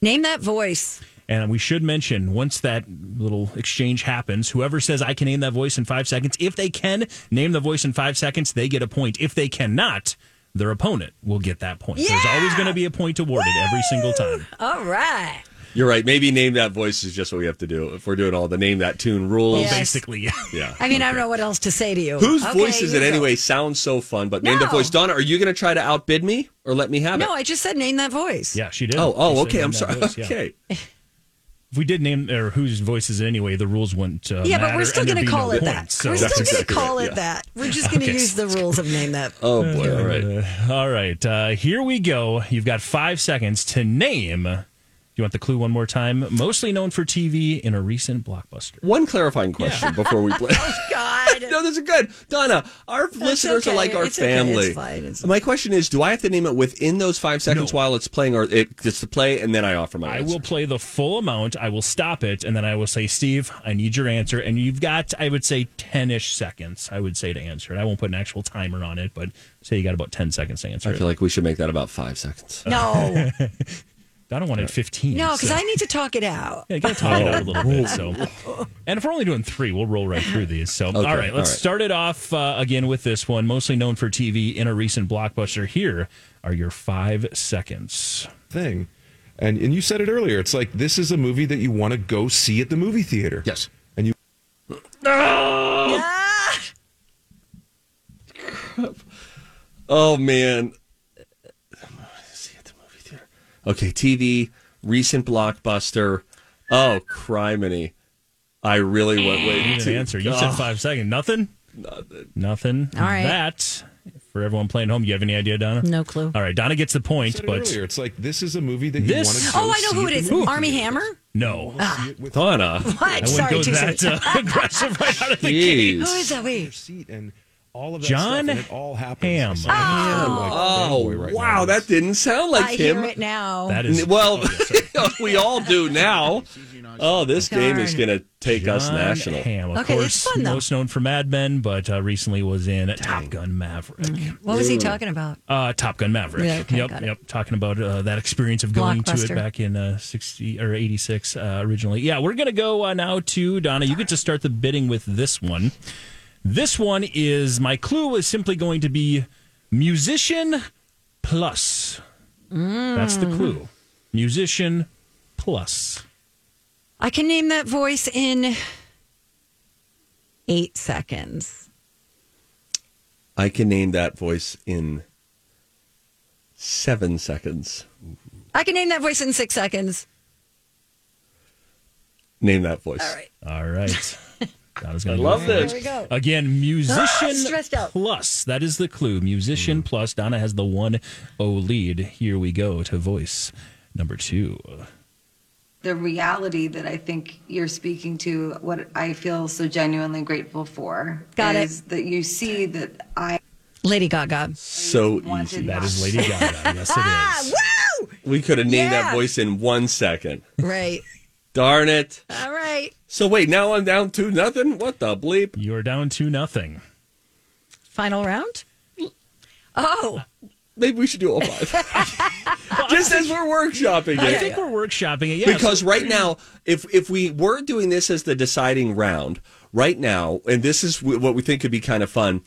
[SPEAKER 1] Name that voice.
[SPEAKER 8] And we should mention once that little exchange happens, whoever says I can name that voice in five seconds, if they can name the voice in five seconds, they get a point. If they cannot, their opponent will get that point. There's always going to be a point awarded every single time.
[SPEAKER 1] All right.
[SPEAKER 2] You're right. Maybe name that voice is just what we have to do if we're doing all the name that tune rules.
[SPEAKER 1] Yes.
[SPEAKER 8] Basically, yeah.
[SPEAKER 2] Yeah.
[SPEAKER 1] I mean, I don't know what else to say to you.
[SPEAKER 2] Whose
[SPEAKER 1] Okay,
[SPEAKER 2] voice is
[SPEAKER 1] you
[SPEAKER 2] it
[SPEAKER 1] go.
[SPEAKER 2] anyway? Sounds so fun, but name the
[SPEAKER 1] No.
[SPEAKER 2] voice. Donna, are you going to try to outbid me or let me have
[SPEAKER 1] No,
[SPEAKER 2] it?
[SPEAKER 1] I just said name that voice.
[SPEAKER 8] Yeah, she did.
[SPEAKER 2] Oh, oh,
[SPEAKER 8] She said
[SPEAKER 2] okay.
[SPEAKER 8] name
[SPEAKER 2] I'm
[SPEAKER 8] that
[SPEAKER 2] sorry.
[SPEAKER 8] voice, yeah.
[SPEAKER 2] Okay.
[SPEAKER 8] If we did name or whose voices anyway, the rules wouldn't. Uh,
[SPEAKER 1] Yeah, but we're
[SPEAKER 8] matter,
[SPEAKER 1] still
[SPEAKER 8] and there'd
[SPEAKER 1] going to
[SPEAKER 8] be no
[SPEAKER 1] call it
[SPEAKER 8] points,
[SPEAKER 1] that.
[SPEAKER 8] so-
[SPEAKER 1] we're still
[SPEAKER 2] That's
[SPEAKER 1] going to
[SPEAKER 2] exactly
[SPEAKER 1] call
[SPEAKER 2] right,
[SPEAKER 1] it
[SPEAKER 2] yeah.
[SPEAKER 1] that. We're just going to
[SPEAKER 8] Okay.
[SPEAKER 1] use the rules of name that.
[SPEAKER 2] Oh, boy. All right.
[SPEAKER 8] Uh, all right. Uh, here we go. You've got five seconds to name. Do you want the clue one more time? Mostly known for TV in a recent blockbuster.
[SPEAKER 2] One clarifying question before we play.
[SPEAKER 1] Oh, God.
[SPEAKER 2] no, this is good. Donna, our listeners
[SPEAKER 1] okay.
[SPEAKER 2] are like our
[SPEAKER 1] It's okay.
[SPEAKER 2] family.
[SPEAKER 1] It's fine. It's-
[SPEAKER 2] My question is do I have to name it within those five seconds
[SPEAKER 8] No.
[SPEAKER 2] while it's playing or it, it's to play and then I offer my
[SPEAKER 8] I
[SPEAKER 2] answer?
[SPEAKER 8] will play the full amount. I will stop it, and then I will say, Steve, I need your answer. And you've got, I would say, 10 ish seconds, I would say, to answer it. I won't put an actual timer on it, but say you got about 10 seconds to answer
[SPEAKER 2] I feel
[SPEAKER 8] it.
[SPEAKER 2] like we should make that about five seconds.
[SPEAKER 1] No,
[SPEAKER 8] I don't want it 15.
[SPEAKER 1] no, because
[SPEAKER 8] so-
[SPEAKER 1] I need to talk it out.
[SPEAKER 8] Yeah, you gotta talk it out a little bit. So, and if we're only doing three, we'll roll right through these. So, all right,
[SPEAKER 2] all
[SPEAKER 8] let's
[SPEAKER 2] right.
[SPEAKER 8] start it off uh, again with this one, mostly known for TV in a recent blockbuster. Here are your five seconds.
[SPEAKER 10] thing. And and you said it earlier. It's like this is a movie that you want to go see at the movie theater.
[SPEAKER 2] Yes.
[SPEAKER 10] And you
[SPEAKER 1] Ah,
[SPEAKER 2] Oh man. See at the movie theater. Okay, TV, recent blockbuster. Oh, criminy. I really went way
[SPEAKER 8] You didn't
[SPEAKER 2] too.
[SPEAKER 8] answer. You said five seconds. Nothing. Nothing. Nothing.
[SPEAKER 1] All right.
[SPEAKER 8] That for everyone playing home. You have any idea, Donna?
[SPEAKER 1] No clue.
[SPEAKER 8] All right, Donna gets the point,
[SPEAKER 10] said it
[SPEAKER 8] but
[SPEAKER 10] earlier. It's like this is a movie that
[SPEAKER 8] This-
[SPEAKER 10] you want to.
[SPEAKER 1] Oh, I know who it is. Army Hammer.
[SPEAKER 8] no,
[SPEAKER 1] Ah.
[SPEAKER 8] Donna.
[SPEAKER 1] What?
[SPEAKER 8] I wouldn't
[SPEAKER 1] Sorry,
[SPEAKER 8] go
[SPEAKER 1] too
[SPEAKER 8] that
[SPEAKER 1] soon.
[SPEAKER 8] uh, aggressive right out of the
[SPEAKER 2] Jeez.
[SPEAKER 8] gate.
[SPEAKER 1] Who is that? Wait.
[SPEAKER 10] Seat and all of that
[SPEAKER 8] John
[SPEAKER 10] stuff, and it all
[SPEAKER 8] Hamm.
[SPEAKER 10] happens.
[SPEAKER 2] Oh, wow. That didn't sound like
[SPEAKER 1] I
[SPEAKER 2] him.
[SPEAKER 1] hear it oh, now.
[SPEAKER 8] That is
[SPEAKER 2] Well, we all do now. Oh, this game is
[SPEAKER 1] Darn.
[SPEAKER 2] going to take us
[SPEAKER 8] John
[SPEAKER 2] national.
[SPEAKER 8] Hamm, of
[SPEAKER 1] Okay,
[SPEAKER 8] course,
[SPEAKER 1] it's fun, though.
[SPEAKER 8] most known for Mad Men, but uh, recently was in Top Gun Maverick.
[SPEAKER 1] What was he
[SPEAKER 2] Mm.
[SPEAKER 1] talking about?
[SPEAKER 8] Uh, Top Gun Maverick.
[SPEAKER 1] Yeah, okay,
[SPEAKER 8] yep,
[SPEAKER 1] got it.
[SPEAKER 8] yep. Talking about uh, that experience of going to it
[SPEAKER 1] Blockbuster.
[SPEAKER 8] back in uh, sixty or eighty six uh, originally. Yeah, we're gonna go uh, now to Donna. You get to start the bidding with this one. This one is my clue is simply going to be musician plus. That's
[SPEAKER 1] Mm.
[SPEAKER 8] the clue. Musician plus.
[SPEAKER 1] I can name that voice in eight seconds.
[SPEAKER 2] I can name that voice in seven seconds.
[SPEAKER 1] I can name that voice in six seconds.
[SPEAKER 2] Name that voice.
[SPEAKER 1] All right.
[SPEAKER 8] All right. Donna's
[SPEAKER 2] I
[SPEAKER 8] gonna go
[SPEAKER 2] love
[SPEAKER 8] first.
[SPEAKER 2] this.
[SPEAKER 1] There we go. Ah,
[SPEAKER 8] Again, musician
[SPEAKER 1] stressed out.
[SPEAKER 8] plus. That is the clue.
[SPEAKER 2] Mm.
[SPEAKER 8] Musician plus. Donna has the 1 0 lead. Here we go to voice number two.
[SPEAKER 11] the reality that I think you're speaking to, what I feel so genuinely grateful for,
[SPEAKER 1] Got it.
[SPEAKER 11] is that you see that I
[SPEAKER 1] Lady Gaga.
[SPEAKER 2] So easy.
[SPEAKER 8] That is Lady
[SPEAKER 1] Ah,
[SPEAKER 8] Gaga. Yes, it is.
[SPEAKER 1] Woo!
[SPEAKER 2] We could have named
[SPEAKER 1] Yeah.
[SPEAKER 2] that voice in one second.
[SPEAKER 1] Right.
[SPEAKER 2] Darn it.
[SPEAKER 1] All right.
[SPEAKER 2] So wait, now I'm down to nothing? What the bleep?
[SPEAKER 8] You're down to nothing.
[SPEAKER 1] Final round. Oh,
[SPEAKER 2] Maybe we should do all five. Just as we're workshopping
[SPEAKER 8] I
[SPEAKER 2] it.
[SPEAKER 8] think we're workshopping it. Yeah,
[SPEAKER 2] because right now, if if we were doing this as the deciding round, right now, and this is w- what we think could be kind of fun.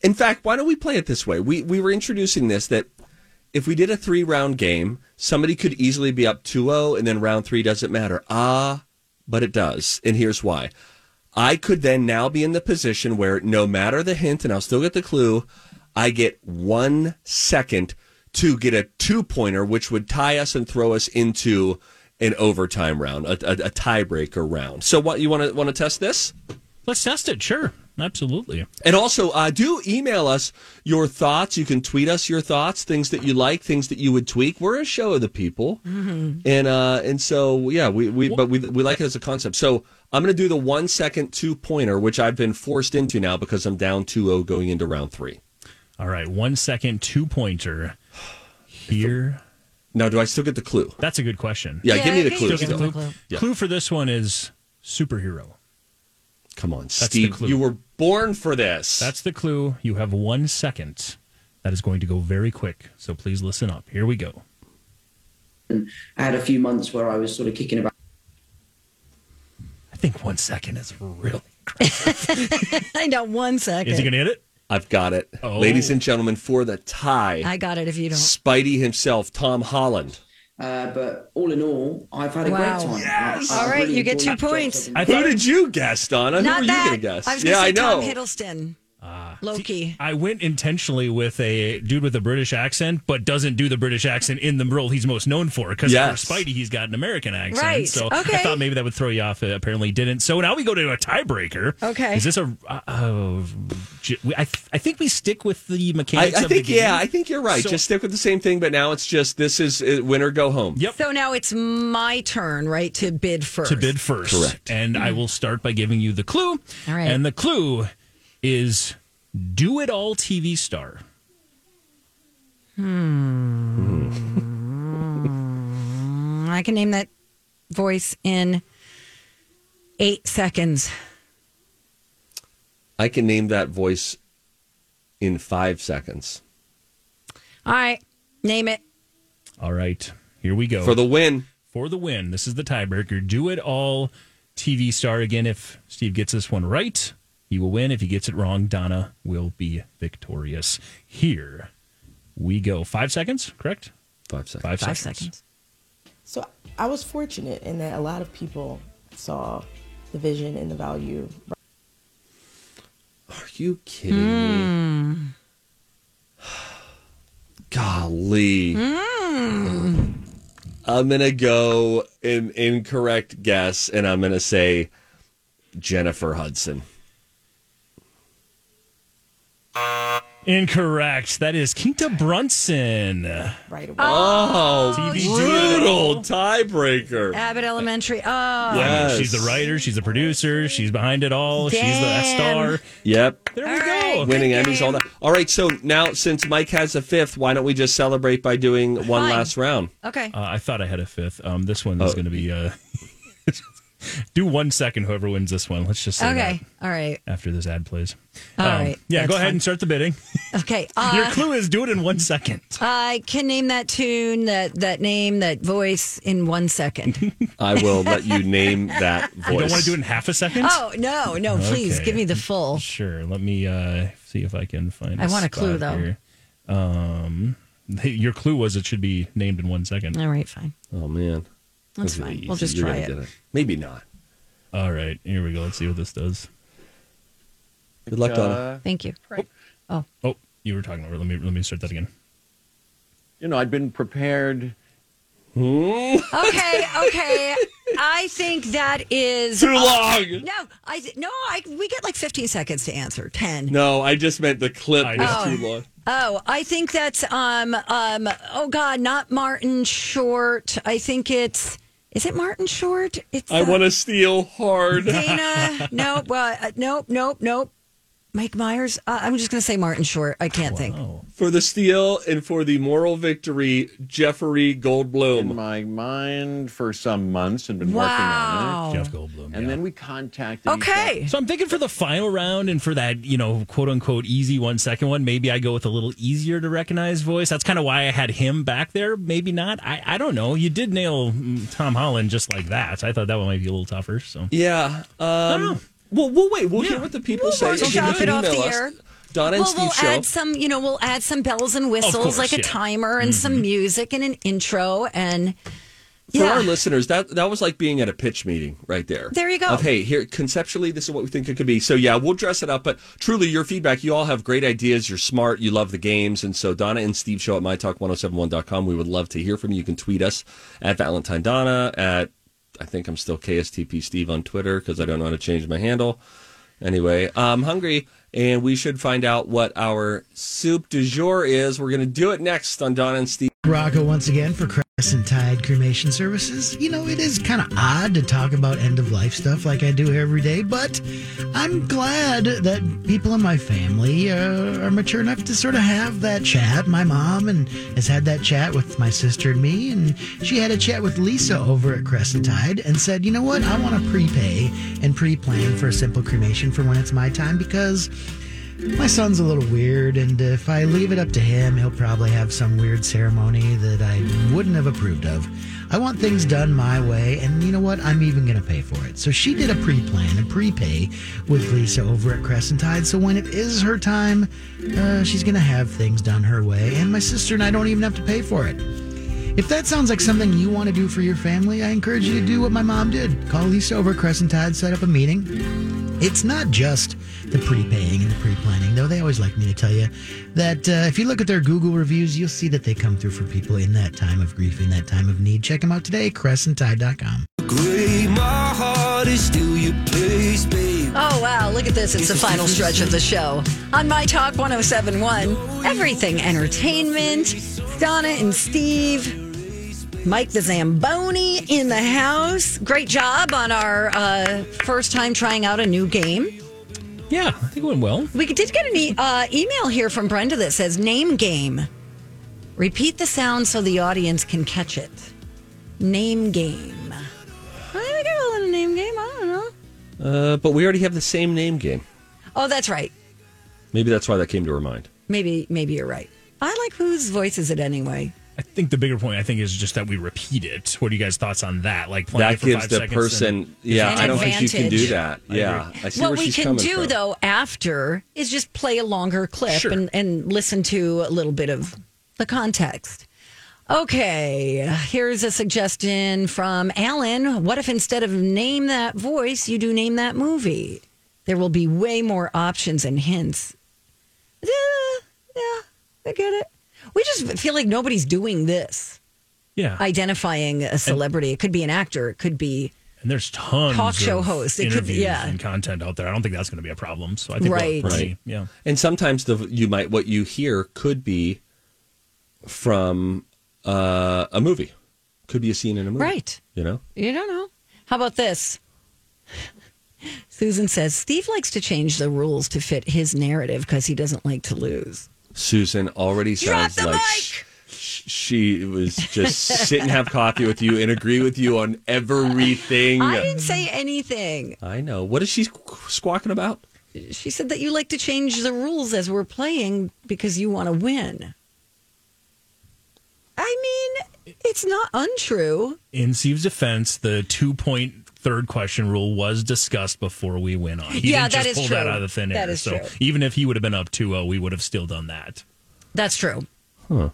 [SPEAKER 2] In fact, why don't we play it this way? We we were introducing this that if we did a three round game, somebody could easily be up 2-0, and then round three doesn't matter. Ah, but it does, and here's why. I could then now be in the position where no matter the hint, and I'll still get the clue, I get one second to get a two pointer, which would tie us and throw us into an overtime round, a, a, a tiebreaker round. So, what you want to want to test this?
[SPEAKER 8] let's test it. Sure. Absolutely.
[SPEAKER 2] And also, uh, do email us your thoughts. You can tweet us your thoughts, things that you like, things that you would tweak. We're a show of the people,
[SPEAKER 1] Mm-hmm.
[SPEAKER 2] and uh, and so yeah, we, we but we we like it as a concept. So I'm going to do the one second two pointer, which I've been forced into now because I'm down 2-0 going into round three.
[SPEAKER 8] All right. One second, two pointer. Here.
[SPEAKER 2] Now, do I still get the clue?
[SPEAKER 8] That's a good question.
[SPEAKER 2] Yeah,
[SPEAKER 1] Yeah,
[SPEAKER 2] give me
[SPEAKER 1] I
[SPEAKER 2] the
[SPEAKER 1] think
[SPEAKER 2] clue.
[SPEAKER 1] you
[SPEAKER 8] Still
[SPEAKER 1] get
[SPEAKER 8] get
[SPEAKER 2] Still.
[SPEAKER 8] the
[SPEAKER 1] the
[SPEAKER 8] clue.
[SPEAKER 1] clue.
[SPEAKER 2] Yeah.
[SPEAKER 8] Clue for this one is superhero.
[SPEAKER 2] Come on,
[SPEAKER 8] the
[SPEAKER 2] Steve,
[SPEAKER 8] clue.
[SPEAKER 2] you were born for this.
[SPEAKER 8] That's the clue. You have one second. That is going to go very quick. So please listen up. Here we go.
[SPEAKER 12] I had a few months where I was sort of kicking about.
[SPEAKER 8] I think one second is really.
[SPEAKER 1] I know one second.
[SPEAKER 8] Is he going to hit it?
[SPEAKER 2] I've got it,
[SPEAKER 8] Oh.
[SPEAKER 2] ladies and gentlemen, for the tie.
[SPEAKER 1] I got it. If you don't.
[SPEAKER 2] Spidey himself, Tom Holland.
[SPEAKER 12] Uh, but all in all, I've had a
[SPEAKER 1] Wow.
[SPEAKER 12] great time.
[SPEAKER 1] Yes.
[SPEAKER 12] I- I've
[SPEAKER 1] All right,
[SPEAKER 12] really
[SPEAKER 1] you get two
[SPEAKER 12] enjoyed the
[SPEAKER 1] points.
[SPEAKER 12] job.
[SPEAKER 8] I
[SPEAKER 2] Who
[SPEAKER 8] thought
[SPEAKER 2] did you guess, Donna? Who
[SPEAKER 1] Not
[SPEAKER 2] were you
[SPEAKER 1] that.
[SPEAKER 2] going to guess?
[SPEAKER 1] I was gonna
[SPEAKER 2] yeah,
[SPEAKER 1] say
[SPEAKER 2] I know.
[SPEAKER 1] Tom Hiddleston. Loki.
[SPEAKER 8] Ah. I went intentionally with a dude with a British accent, but doesn't do the British accent in the role he's most known for. Because
[SPEAKER 2] Yes.
[SPEAKER 8] for Spidey, he's got an American accent.
[SPEAKER 1] Right.
[SPEAKER 8] So
[SPEAKER 1] Okay.
[SPEAKER 8] I thought maybe that would throw you off. It apparently didn't. So now we go to a tiebreaker.
[SPEAKER 1] Okay.
[SPEAKER 8] Is this a? Uh, uh, j- we- I, th- I think we stick with
[SPEAKER 2] I,
[SPEAKER 8] the
[SPEAKER 2] I
[SPEAKER 8] mechanics. of the
[SPEAKER 2] think
[SPEAKER 8] game.
[SPEAKER 2] yeah, I think you're right.
[SPEAKER 8] So-
[SPEAKER 2] just stick with the same thing, but now it's just this is uh, win or go home.
[SPEAKER 8] Yep.
[SPEAKER 1] So now it's my turn, right, to bid first.
[SPEAKER 8] to bid first.
[SPEAKER 2] Correct.
[SPEAKER 8] And I will start by giving you the clue.
[SPEAKER 1] All right.
[SPEAKER 8] And the clue is do it all TV star.
[SPEAKER 1] I can name that voice in eight seconds.
[SPEAKER 2] I can name that voice in five seconds
[SPEAKER 1] All right, name it.
[SPEAKER 8] All right. Here we go.
[SPEAKER 2] for the win.
[SPEAKER 8] For the win. This is the tiebreaker. Do it all TV star. Again, if Steve gets this one right, he will win. If he gets it wrong, Donna will be victorious. Here we go. Five seconds, correct?
[SPEAKER 2] Five seconds.
[SPEAKER 8] Five,
[SPEAKER 1] Five seconds.
[SPEAKER 13] So I was fortunate in that a lot of people saw the vision and the value.
[SPEAKER 2] Are you kidding me?
[SPEAKER 1] Hmm.
[SPEAKER 2] Golly.
[SPEAKER 1] Hmm.
[SPEAKER 2] I'm gonna go an incorrect guess, and I'm gonna say Jennifer Hudson.
[SPEAKER 8] Incorrect. That is Quinta Brunson. Right
[SPEAKER 13] away.
[SPEAKER 2] Oh, brutal tiebreaker.
[SPEAKER 1] Abbott Elementary. Oh,
[SPEAKER 8] Yeah, I mean,
[SPEAKER 2] Yes.
[SPEAKER 8] she's the writer. She's the producer. She's behind it all. She's the
[SPEAKER 1] Damn.
[SPEAKER 8] star.
[SPEAKER 2] Yep.
[SPEAKER 8] There we go.
[SPEAKER 2] Winning Emmys, all that. All right, so now since Mike has a fifth, why don't we just celebrate by doing one
[SPEAKER 1] Fine.
[SPEAKER 2] last round?
[SPEAKER 1] okay.
[SPEAKER 8] Uh, I thought I had a fifth. Um, this one is
[SPEAKER 2] Oh.
[SPEAKER 8] going to be. Uh, do one second. Whoever wins this one, let's just say
[SPEAKER 1] Okay. All right.
[SPEAKER 8] that after this ad plays.
[SPEAKER 1] All
[SPEAKER 8] All right.
[SPEAKER 1] right.
[SPEAKER 8] Yeah,
[SPEAKER 1] That's
[SPEAKER 8] go ahead
[SPEAKER 1] fine.
[SPEAKER 8] and start the bidding.
[SPEAKER 1] Okay.
[SPEAKER 8] Your
[SPEAKER 1] Uh,
[SPEAKER 8] clue is do it in one second.
[SPEAKER 1] I can name that tune, that that name, that voice in one second.
[SPEAKER 2] I will let you name that voice.
[SPEAKER 8] You don't want to do it in half a second?
[SPEAKER 1] oh no, no! Please
[SPEAKER 8] Okay.
[SPEAKER 1] give me the full.
[SPEAKER 8] Sure. Let me uh, see if I can find.
[SPEAKER 1] I want a
[SPEAKER 8] spot
[SPEAKER 1] clue, though.
[SPEAKER 8] Here. Um, hey, your clue was it should be named in one second.
[SPEAKER 1] All right, fine.
[SPEAKER 2] Oh man,
[SPEAKER 1] That's
[SPEAKER 2] This is
[SPEAKER 1] fine.
[SPEAKER 2] easy.
[SPEAKER 1] We'll just
[SPEAKER 2] You're
[SPEAKER 1] try
[SPEAKER 2] gonna
[SPEAKER 1] it.
[SPEAKER 2] get Maybe not.
[SPEAKER 8] All right. Here we go. Let's see what this does.
[SPEAKER 2] Good luck,
[SPEAKER 8] Uh,
[SPEAKER 2] Donna.
[SPEAKER 1] Thank you. Oh,
[SPEAKER 8] Oh, you were talking over. Let me let me start that again.
[SPEAKER 14] You know, I'd been prepared.
[SPEAKER 1] okay, okay. I think that is
[SPEAKER 2] Too long.
[SPEAKER 1] no, I th- no, I we get like fifteen seconds to answer. Ten.
[SPEAKER 2] No, I just meant the clip was
[SPEAKER 1] know.
[SPEAKER 2] too long.
[SPEAKER 1] Oh, I think that's um um oh god, not Martin Short. I think it's is it Martin Short? It's
[SPEAKER 2] I
[SPEAKER 1] uh,
[SPEAKER 2] want to steal hard.
[SPEAKER 1] Dana. nope. Well, uh, nope. Nope. Nope. Mike Myers. Uh, I'm just gonna say Martin Short. I can't think.
[SPEAKER 2] For the steal and for the moral victory, Jeffrey Goldblum.
[SPEAKER 14] In my mind for some months and been
[SPEAKER 1] Wow.
[SPEAKER 14] working on it.
[SPEAKER 1] Jeff
[SPEAKER 8] Goldblum.
[SPEAKER 14] And then we contacted. each
[SPEAKER 1] Okay.
[SPEAKER 8] So I'm thinking for the final round and for that, you know, quote unquote easy one second one, maybe I go with a little easier to recognize voice. That's kind of why I had him back there. Maybe not. I, I don't know. You did nail mm, Tom Holland just like that. I thought that one might be a little tougher. So
[SPEAKER 2] Yeah. Um, well, we'll wait. We'll hear what the people say.
[SPEAKER 1] barbershop
[SPEAKER 2] You can
[SPEAKER 1] it off
[SPEAKER 2] email
[SPEAKER 1] the
[SPEAKER 2] us,
[SPEAKER 1] air.
[SPEAKER 2] Donna and
[SPEAKER 1] well, we'll
[SPEAKER 2] Steve Show.
[SPEAKER 1] add some, you know, we'll add some bells and whistles,
[SPEAKER 2] course,
[SPEAKER 1] like a
[SPEAKER 2] yeah.
[SPEAKER 1] timer and some music and an intro, and
[SPEAKER 2] For
[SPEAKER 1] yeah,
[SPEAKER 2] our listeners, that that was like being at a pitch meeting right there.
[SPEAKER 1] There you go.
[SPEAKER 2] Of hey, here conceptually, this is what we think it could be. So yeah, we'll dress it up. But truly, your feedback. You all have great ideas. You're smart. You love the games. And so Donna and Steve show at mytalk1071.com. We would love to hear from you. You can tweet us at Valentine Donna at I think I'm still KSTP Steve on Twitter because I don't know how to change my handle. Anyway, I'm hungry, and we should find out what our soup du jour is. We're gonna do it next on Donna and Steve.
[SPEAKER 15] Rocco once again for Crescent Tide Cremation Services. You know, it is kind of odd to talk about end of life stuff like I do every day, but I'm glad that people in my family uh, are mature enough to sort of have that chat. My mom and has had that chat with my sister and me, and she had a chat with Lisa over at Crescent Tide and said, you know what, I want to prepay and pre plan for a simple cremation for when it's my time because. My son's a little weird, and if I leave it up to him, he'll probably have some weird ceremony that I wouldn't have approved of. I want things done my way, and you know what? I'm even going to pay for it. So she did a pre plan, a prepay with Lisa over at Crescent Tide. So when it is her time, uh, she's going to have things done her way, and my sister and I don't even have to pay for it. If that sounds like something you want to do for your family, I encourage you to do what my mom did. Call Lisa over at Crescent Tide, set up a meeting. It's not just the prepaying and the pre-planning, though. They always like me to tell you that uh, if you look at their Google reviews, you'll see that they come through for people in that time of grief, in that time of need. Check them out today, crescenttide.com.
[SPEAKER 16] Great, my heart is still your place, babe.
[SPEAKER 1] Oh, wow. Look at this. It's the final stretch of the show. On My Talk 1071, everything entertainment, Donna and Steve, Mike the Zamboni in the house. Great job on our uh, first time trying out a new game.
[SPEAKER 8] yeah, I think it went well.
[SPEAKER 1] We did get an e- uh, email here from Brenda that says, Name game. Repeat the sound so the audience can catch it. Name game. Well, there we go. A little name game. I don't know.
[SPEAKER 2] Uh, but we already have the same name game.
[SPEAKER 1] Oh, that's right.
[SPEAKER 2] Maybe that's why that came to her mind.
[SPEAKER 1] Maybe, maybe you're right. I like whose voice is it anyway?
[SPEAKER 8] I think the bigger point I think is just that we repeat it. What are you guys' thoughts on that? Like playing
[SPEAKER 2] That
[SPEAKER 8] it for
[SPEAKER 2] gives
[SPEAKER 8] five
[SPEAKER 2] the
[SPEAKER 8] seconds
[SPEAKER 2] person-
[SPEAKER 8] and-
[SPEAKER 2] yeah, An I don't think you can do
[SPEAKER 8] advantage.
[SPEAKER 2] that. Yeah, I see
[SPEAKER 1] what
[SPEAKER 2] where
[SPEAKER 1] we
[SPEAKER 2] she's
[SPEAKER 1] can
[SPEAKER 2] coming
[SPEAKER 1] do
[SPEAKER 2] from.
[SPEAKER 1] though after is just play a longer clip
[SPEAKER 8] Sure.
[SPEAKER 1] and, and listen to a little bit of the context. Okay, here's a suggestion from Alan. What if instead of name that voice, you do name that movie? There will be way more options and hints. Yeah, yeah, I get it. We just feel like nobody's doing this.
[SPEAKER 8] Yeah.
[SPEAKER 1] identifying a celebrity. it could be an actor. It could be
[SPEAKER 8] And there's tons
[SPEAKER 1] Talk show
[SPEAKER 8] of
[SPEAKER 1] hosts. It could-
[SPEAKER 8] interviews
[SPEAKER 1] yeah.
[SPEAKER 8] and content out there. I don't think that's going to be a problem. So I think we'll
[SPEAKER 1] Right.
[SPEAKER 8] see.
[SPEAKER 2] Right.
[SPEAKER 8] Yeah.
[SPEAKER 2] And sometimes the you might what you hear could be from uh, a movie, could be a scene in a movie,
[SPEAKER 1] Right.
[SPEAKER 2] You know,
[SPEAKER 1] You don't know. How about this? Susan says Steve likes to change the rules to fit his narrative because he doesn't like to lose.
[SPEAKER 2] Susan already sounds like sh- sh- she was just sit and have coffee with you and agree with you on everything.
[SPEAKER 1] I didn't say anything.
[SPEAKER 2] I know. What is she squ- squawking about?
[SPEAKER 1] She said that you like to change the rules as we're playing because you want to win. I mean, it's not untrue.
[SPEAKER 8] In Steve's defense, the two point third question rule was discussed before we went on. He
[SPEAKER 1] Yeah,
[SPEAKER 8] didn't
[SPEAKER 1] that
[SPEAKER 8] just
[SPEAKER 1] is
[SPEAKER 8] pull that
[SPEAKER 1] true.
[SPEAKER 8] out of the thin
[SPEAKER 1] That
[SPEAKER 8] air.
[SPEAKER 1] is
[SPEAKER 8] so
[SPEAKER 1] true.
[SPEAKER 8] even if he would have been up 2-0, we would have still done that.
[SPEAKER 1] That's true.
[SPEAKER 2] Huh.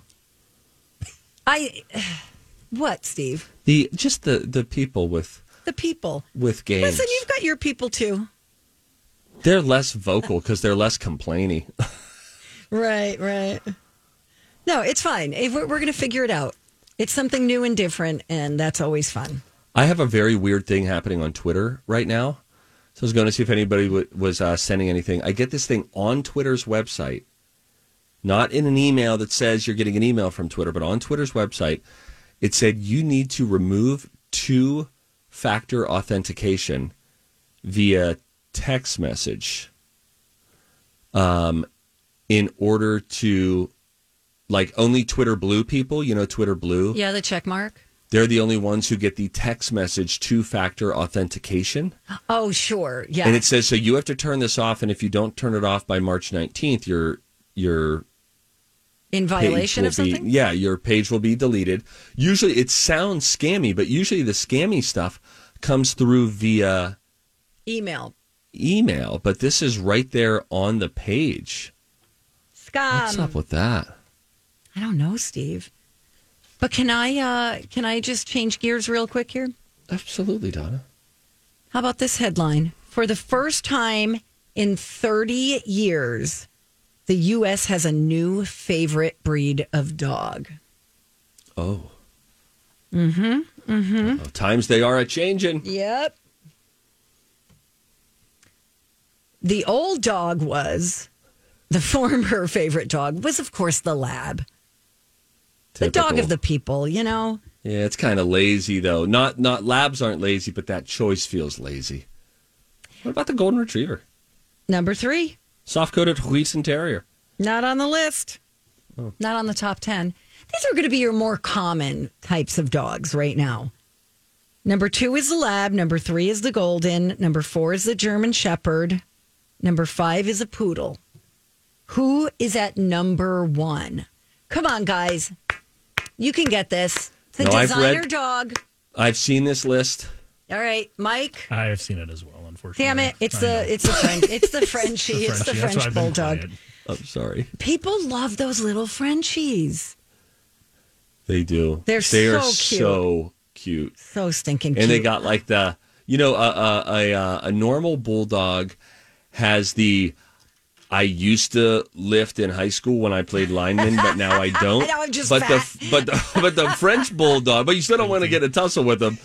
[SPEAKER 1] I what, Steve?
[SPEAKER 2] The just the the people with
[SPEAKER 1] The people.
[SPEAKER 2] with games.
[SPEAKER 1] Listen, you've got your people too.
[SPEAKER 2] They're less vocal because they're less complaining.
[SPEAKER 1] Right, right. No, it's fine. If we're we're going to figure it out. It's something new and different, and that's always fun.
[SPEAKER 2] I have a very weird thing happening on Twitter right now. So I was going to see if anybody w- was uh, sending anything. I get this thing on Twitter's website, not in an email that says you're getting an email from Twitter, but on Twitter's website, it said you need to remove two factor authentication via text message um, in order to, like, only Twitter Blue people, you know, Twitter Blue.
[SPEAKER 1] Yeah, the check mark.
[SPEAKER 2] They're the only ones who get the text message two factor authentication.
[SPEAKER 1] Oh, sure. Yeah.
[SPEAKER 2] And it says so you have to turn this off and if you don't turn it off by March 19th, your your
[SPEAKER 1] in
[SPEAKER 2] page
[SPEAKER 1] violation
[SPEAKER 2] will
[SPEAKER 1] of something?
[SPEAKER 2] Be, yeah, your page will be deleted. Usually it sounds scammy, but usually the scammy stuff comes through via
[SPEAKER 1] Email.
[SPEAKER 2] email, but this is right there on the page. What's
[SPEAKER 1] Scum.
[SPEAKER 2] up with that?
[SPEAKER 1] I don't know, Steve. But can I uh can I just change gears real quick here?
[SPEAKER 2] Absolutely, Donna.
[SPEAKER 1] How about this headline? For the first time in 30 years, the US has a new favorite breed of dog.
[SPEAKER 2] Oh,
[SPEAKER 1] Mhm. Mhm.
[SPEAKER 2] times they are a changing.
[SPEAKER 1] Yep. The old dog was the former favorite dog was of course the lab. The dog
[SPEAKER 2] Typical.
[SPEAKER 1] of the people, you know.
[SPEAKER 2] Yeah, it's kind of lazy though. Not not labs aren't lazy, but that choice feels lazy. What about the golden retriever?
[SPEAKER 1] Number 3.
[SPEAKER 2] Soft coated Huitzen Terrier.
[SPEAKER 1] Not on the list.
[SPEAKER 2] Oh.
[SPEAKER 1] Not on the top 10. These are going to be your more common types of dogs right now. Number two is the lab. Number three is the golden. Number four is the German Shepherd. Number five is a poodle. Who is at number one? Come on, guys. You can get this. It's a
[SPEAKER 2] No, I've
[SPEAKER 1] designer
[SPEAKER 2] read-
[SPEAKER 1] dog.
[SPEAKER 2] I've seen this list.
[SPEAKER 1] All right, Mike.
[SPEAKER 8] I have seen it as well, unfortunately.
[SPEAKER 1] Damn it. It's
[SPEAKER 8] I
[SPEAKER 1] the
[SPEAKER 8] know.
[SPEAKER 1] it's the French it's the Frenchie.
[SPEAKER 8] The
[SPEAKER 1] It's the
[SPEAKER 8] Frenchie, that's why
[SPEAKER 1] French
[SPEAKER 8] I've been
[SPEAKER 1] bulldog.
[SPEAKER 8] quiet.
[SPEAKER 2] I'm Oh, sorry.
[SPEAKER 1] People love those little Frenchies.
[SPEAKER 2] They do.
[SPEAKER 1] They're
[SPEAKER 2] they are
[SPEAKER 1] so cute.
[SPEAKER 2] so cute.
[SPEAKER 1] So stinking cute.
[SPEAKER 2] And they got like the you know a a, a uh, a normal bulldog has the I used to lift in high school when I played lineman, but now I don't.
[SPEAKER 1] Now I'm just
[SPEAKER 2] but
[SPEAKER 1] fat.
[SPEAKER 2] the but the, but the French bulldog, but you still don't want to get a tussle with them.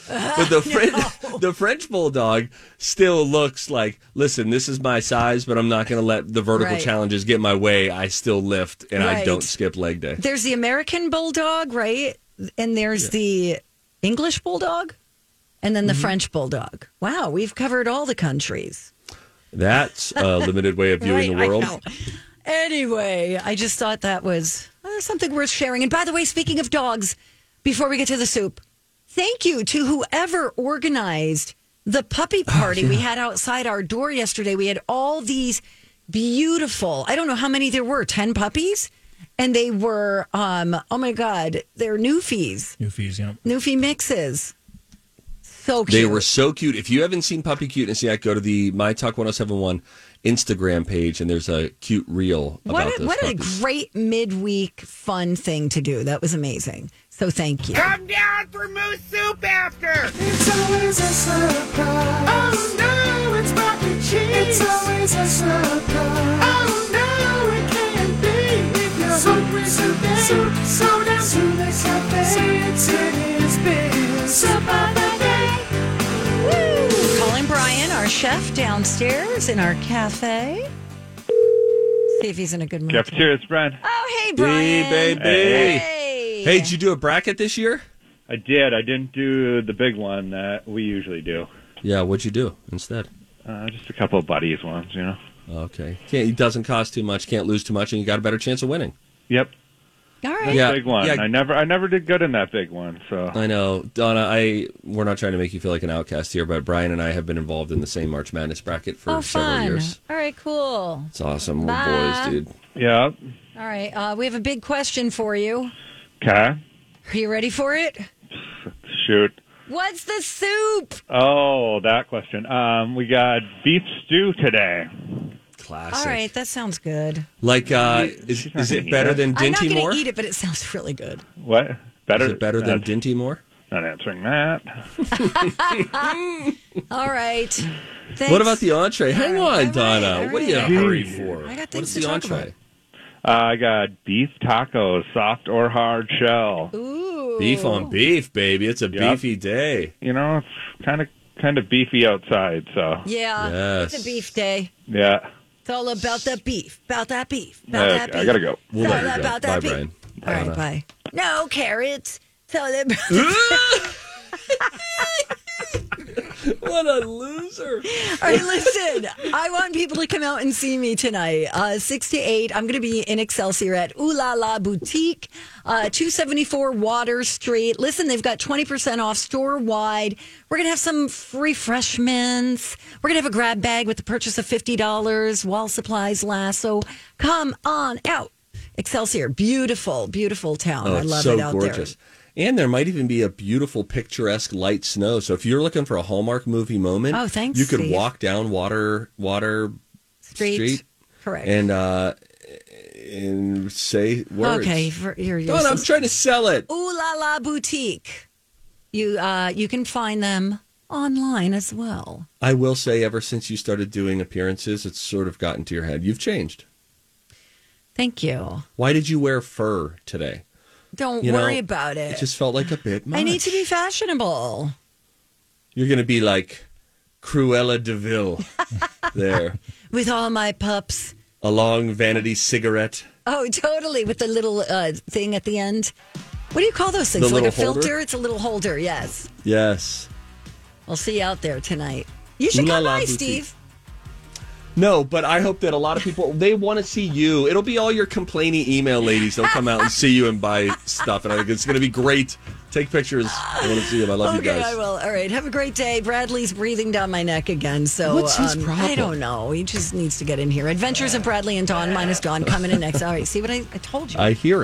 [SPEAKER 2] But the French the French bulldog still looks like. Listen, this is my size, but I'm not going to let the vertical
[SPEAKER 1] Right.
[SPEAKER 2] challenges get my way. I still lift and I
[SPEAKER 1] Right.
[SPEAKER 2] don't skip leg day.
[SPEAKER 1] There's the American Bulldog, right? And there's the English Bulldog and
[SPEAKER 2] Mm-hmm.
[SPEAKER 1] then the French Bulldog. Wow, we've covered all the countries.
[SPEAKER 2] That's a limited way of viewing
[SPEAKER 1] Right,
[SPEAKER 2] the
[SPEAKER 1] I
[SPEAKER 2] world.
[SPEAKER 1] know. Anyway, I just thought that was uh, something worth sharing. And by the way, speaking of dogs, before we get to the soup, thank you to whoever organized the
[SPEAKER 2] Oh,
[SPEAKER 1] puppy party we had outside our door yesterday. We had all these beautiful, I don't know how many there were, 10 puppies. And they were, um, oh my God, they're newfies,
[SPEAKER 8] New fees, yeah.
[SPEAKER 1] newfie mixes. So cute.
[SPEAKER 2] They were so cute. If you haven't seen puppy cuteness yet, go to the My Talk 1071 Instagram page and there's a cute reel about
[SPEAKER 1] What a,
[SPEAKER 2] those
[SPEAKER 1] what a
[SPEAKER 2] puppies.
[SPEAKER 1] great midweek fun thing to do. That was amazing. So thank you.
[SPEAKER 16] Come down for moose soup after. It's always a surprise. Oh no, it's mac and cheese. It's always a surprise. Oh no, it can't be. If you're hungry, so then, soup, so down, soup, it's a thing. It's in his Soup of the day. Woo.
[SPEAKER 1] chef downstairs in our cafe. See if he's in a good mood.
[SPEAKER 17] Cafeteria, it's Brian.
[SPEAKER 1] Oh, hey,
[SPEAKER 2] Hey,
[SPEAKER 1] Brian.
[SPEAKER 2] baby.
[SPEAKER 1] Hey.
[SPEAKER 2] Hey, did you do a bracket this year?
[SPEAKER 17] I did. I didn't do the big one that we usually do.
[SPEAKER 2] Yeah, what'd you do instead?
[SPEAKER 17] Uh, just a couple of buddies ones, you know.
[SPEAKER 2] Okay. Can't, it doesn't cost too much, can't lose too much, and you got a better chance of winning.
[SPEAKER 17] Yep.
[SPEAKER 1] All
[SPEAKER 17] That big one. I never, I never did good in that big one. So
[SPEAKER 2] I know, Donna. I we're not trying to make you feel like an outcast here, but Brian and I have been involved in the same March Madness bracket for
[SPEAKER 1] oh,
[SPEAKER 2] several
[SPEAKER 1] fun.
[SPEAKER 2] years.
[SPEAKER 1] All right, cool.
[SPEAKER 2] It's awesome.
[SPEAKER 1] Bye.
[SPEAKER 2] We're boys, dude.
[SPEAKER 17] Yeah.
[SPEAKER 1] All right, uh, we have a big question for you.
[SPEAKER 17] okay,
[SPEAKER 1] Are you ready for it?
[SPEAKER 17] shoot.
[SPEAKER 1] What's the soup?
[SPEAKER 17] Oh, that question. Um, we got beef stew today.
[SPEAKER 2] Classic.
[SPEAKER 1] All right, that sounds good.
[SPEAKER 2] Like, uh, is,
[SPEAKER 17] not
[SPEAKER 2] is
[SPEAKER 17] gonna
[SPEAKER 2] it
[SPEAKER 17] eat
[SPEAKER 2] better
[SPEAKER 17] it.
[SPEAKER 2] than
[SPEAKER 1] I'm not
[SPEAKER 2] Dinty
[SPEAKER 1] gonna
[SPEAKER 2] Moore?
[SPEAKER 1] eat it, but it sounds really good.
[SPEAKER 17] What? Better?
[SPEAKER 2] Is it better than
[SPEAKER 17] That's-
[SPEAKER 2] Dinty Moore?
[SPEAKER 17] Not answering that.
[SPEAKER 1] All right. Thanks.
[SPEAKER 2] What about the entree? Hang
[SPEAKER 1] All right,
[SPEAKER 2] on, Donna.
[SPEAKER 1] all
[SPEAKER 2] What are you
[SPEAKER 1] right.
[SPEAKER 2] in a hurry for?
[SPEAKER 1] I got
[SPEAKER 2] What
[SPEAKER 1] things
[SPEAKER 2] is
[SPEAKER 1] to
[SPEAKER 2] the
[SPEAKER 1] talk about.
[SPEAKER 2] entree?
[SPEAKER 17] Uh, I got beef tacos, soft or hard shell.
[SPEAKER 1] Ooh.
[SPEAKER 2] Beef on beef, baby. It's a beefy day.
[SPEAKER 17] You know, it's kind of kind of beefy outside. So
[SPEAKER 1] Yeah,
[SPEAKER 2] Yes.
[SPEAKER 1] it's a beef day.
[SPEAKER 17] yeah.
[SPEAKER 1] It's all about the beef, about that beef, about
[SPEAKER 17] Okay,
[SPEAKER 1] that beef.
[SPEAKER 17] I gotta go.
[SPEAKER 2] We'll
[SPEAKER 1] Tell
[SPEAKER 2] let
[SPEAKER 1] that
[SPEAKER 2] you go.
[SPEAKER 1] about
[SPEAKER 2] Bye,
[SPEAKER 1] that
[SPEAKER 2] Brian.
[SPEAKER 1] All right,
[SPEAKER 2] Donna.
[SPEAKER 1] bye. No carrots. Tell them.
[SPEAKER 2] What a loser.
[SPEAKER 1] All right, listen. I want people to come out and see me tonight, uh, six to eight. I'm going to be in Excelsior at Ooh La La Boutique, uh, two seventy four Water Street. Listen, they've got twenty percent off store wide. We're going to have some refreshments. We're going to have a grab bag with the purchase of fifty dollars while supplies last. So come on out, Excelsior. Beautiful, beautiful town.
[SPEAKER 2] Oh,
[SPEAKER 1] I
[SPEAKER 2] it's
[SPEAKER 1] love
[SPEAKER 2] so
[SPEAKER 1] it out
[SPEAKER 2] gorgeous.
[SPEAKER 1] there.
[SPEAKER 2] And there might even be a beautiful, picturesque light snow. So if you're looking for a Hallmark movie moment,
[SPEAKER 1] Oh, thanks,
[SPEAKER 2] you could
[SPEAKER 1] Steve.
[SPEAKER 2] walk down Water Water
[SPEAKER 1] Street.
[SPEAKER 2] Street,
[SPEAKER 1] Correct.
[SPEAKER 2] and uh, and say words.
[SPEAKER 1] Okay, for, you're, you're
[SPEAKER 2] Don,
[SPEAKER 1] so
[SPEAKER 2] I'm trying to sell it.
[SPEAKER 1] Ooh La La Boutique. You uh, you can find them online as well.
[SPEAKER 2] I will say, ever since you started doing appearances, it's sort of gotten to your head. You've changed.
[SPEAKER 1] Thank you.
[SPEAKER 2] Why did you wear fur today?
[SPEAKER 1] Don't
[SPEAKER 2] You know,
[SPEAKER 1] worry about it.
[SPEAKER 2] It just felt like a bit much.
[SPEAKER 1] I need to be fashionable.
[SPEAKER 2] You're going to be like Cruella Deville there,
[SPEAKER 1] With all my pups.
[SPEAKER 2] a long vanity cigarette.
[SPEAKER 1] Oh, totally. With the little uh, thing at the end. What do you call those things?
[SPEAKER 2] The
[SPEAKER 1] like a
[SPEAKER 2] little holder?
[SPEAKER 1] filter? It's a little holder, yes.
[SPEAKER 2] Yes.
[SPEAKER 1] I'll see you out there tonight. You should
[SPEAKER 2] Ooh La
[SPEAKER 1] come
[SPEAKER 2] La
[SPEAKER 1] by,
[SPEAKER 2] Boutique.
[SPEAKER 1] Steve.
[SPEAKER 2] No, but I hope that a lot of people they want to see you. It'll be all your complaining email ladies. They'll come out and see you and buy stuff, and I think it's going to be great. Take pictures. I want to see them. I love
[SPEAKER 1] okay,
[SPEAKER 2] you guys.
[SPEAKER 1] I will. All right. Have a great day. Bradley's breathing down my neck again. So um,
[SPEAKER 2] What's his
[SPEAKER 1] I
[SPEAKER 2] problem?
[SPEAKER 1] don't know. He just needs to get in here. Adventures of Bradley and Dawn minus Dawn coming in next. All right. See what I, I told you.
[SPEAKER 2] I hear it.